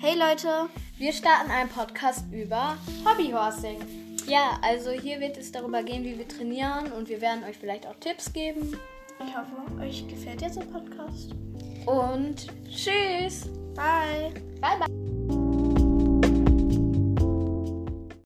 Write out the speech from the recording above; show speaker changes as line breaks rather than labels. Hey Leute,
Wir starten einen Podcast über.
Hobbyhorsing.
Ja, also hier wird es darüber gehen, wie wir trainieren und wir werden euch vielleicht auch Tipps geben.
Ich hoffe, euch gefällt jetzt der Podcast.
Und tschüss!
Bye. Bye, bye.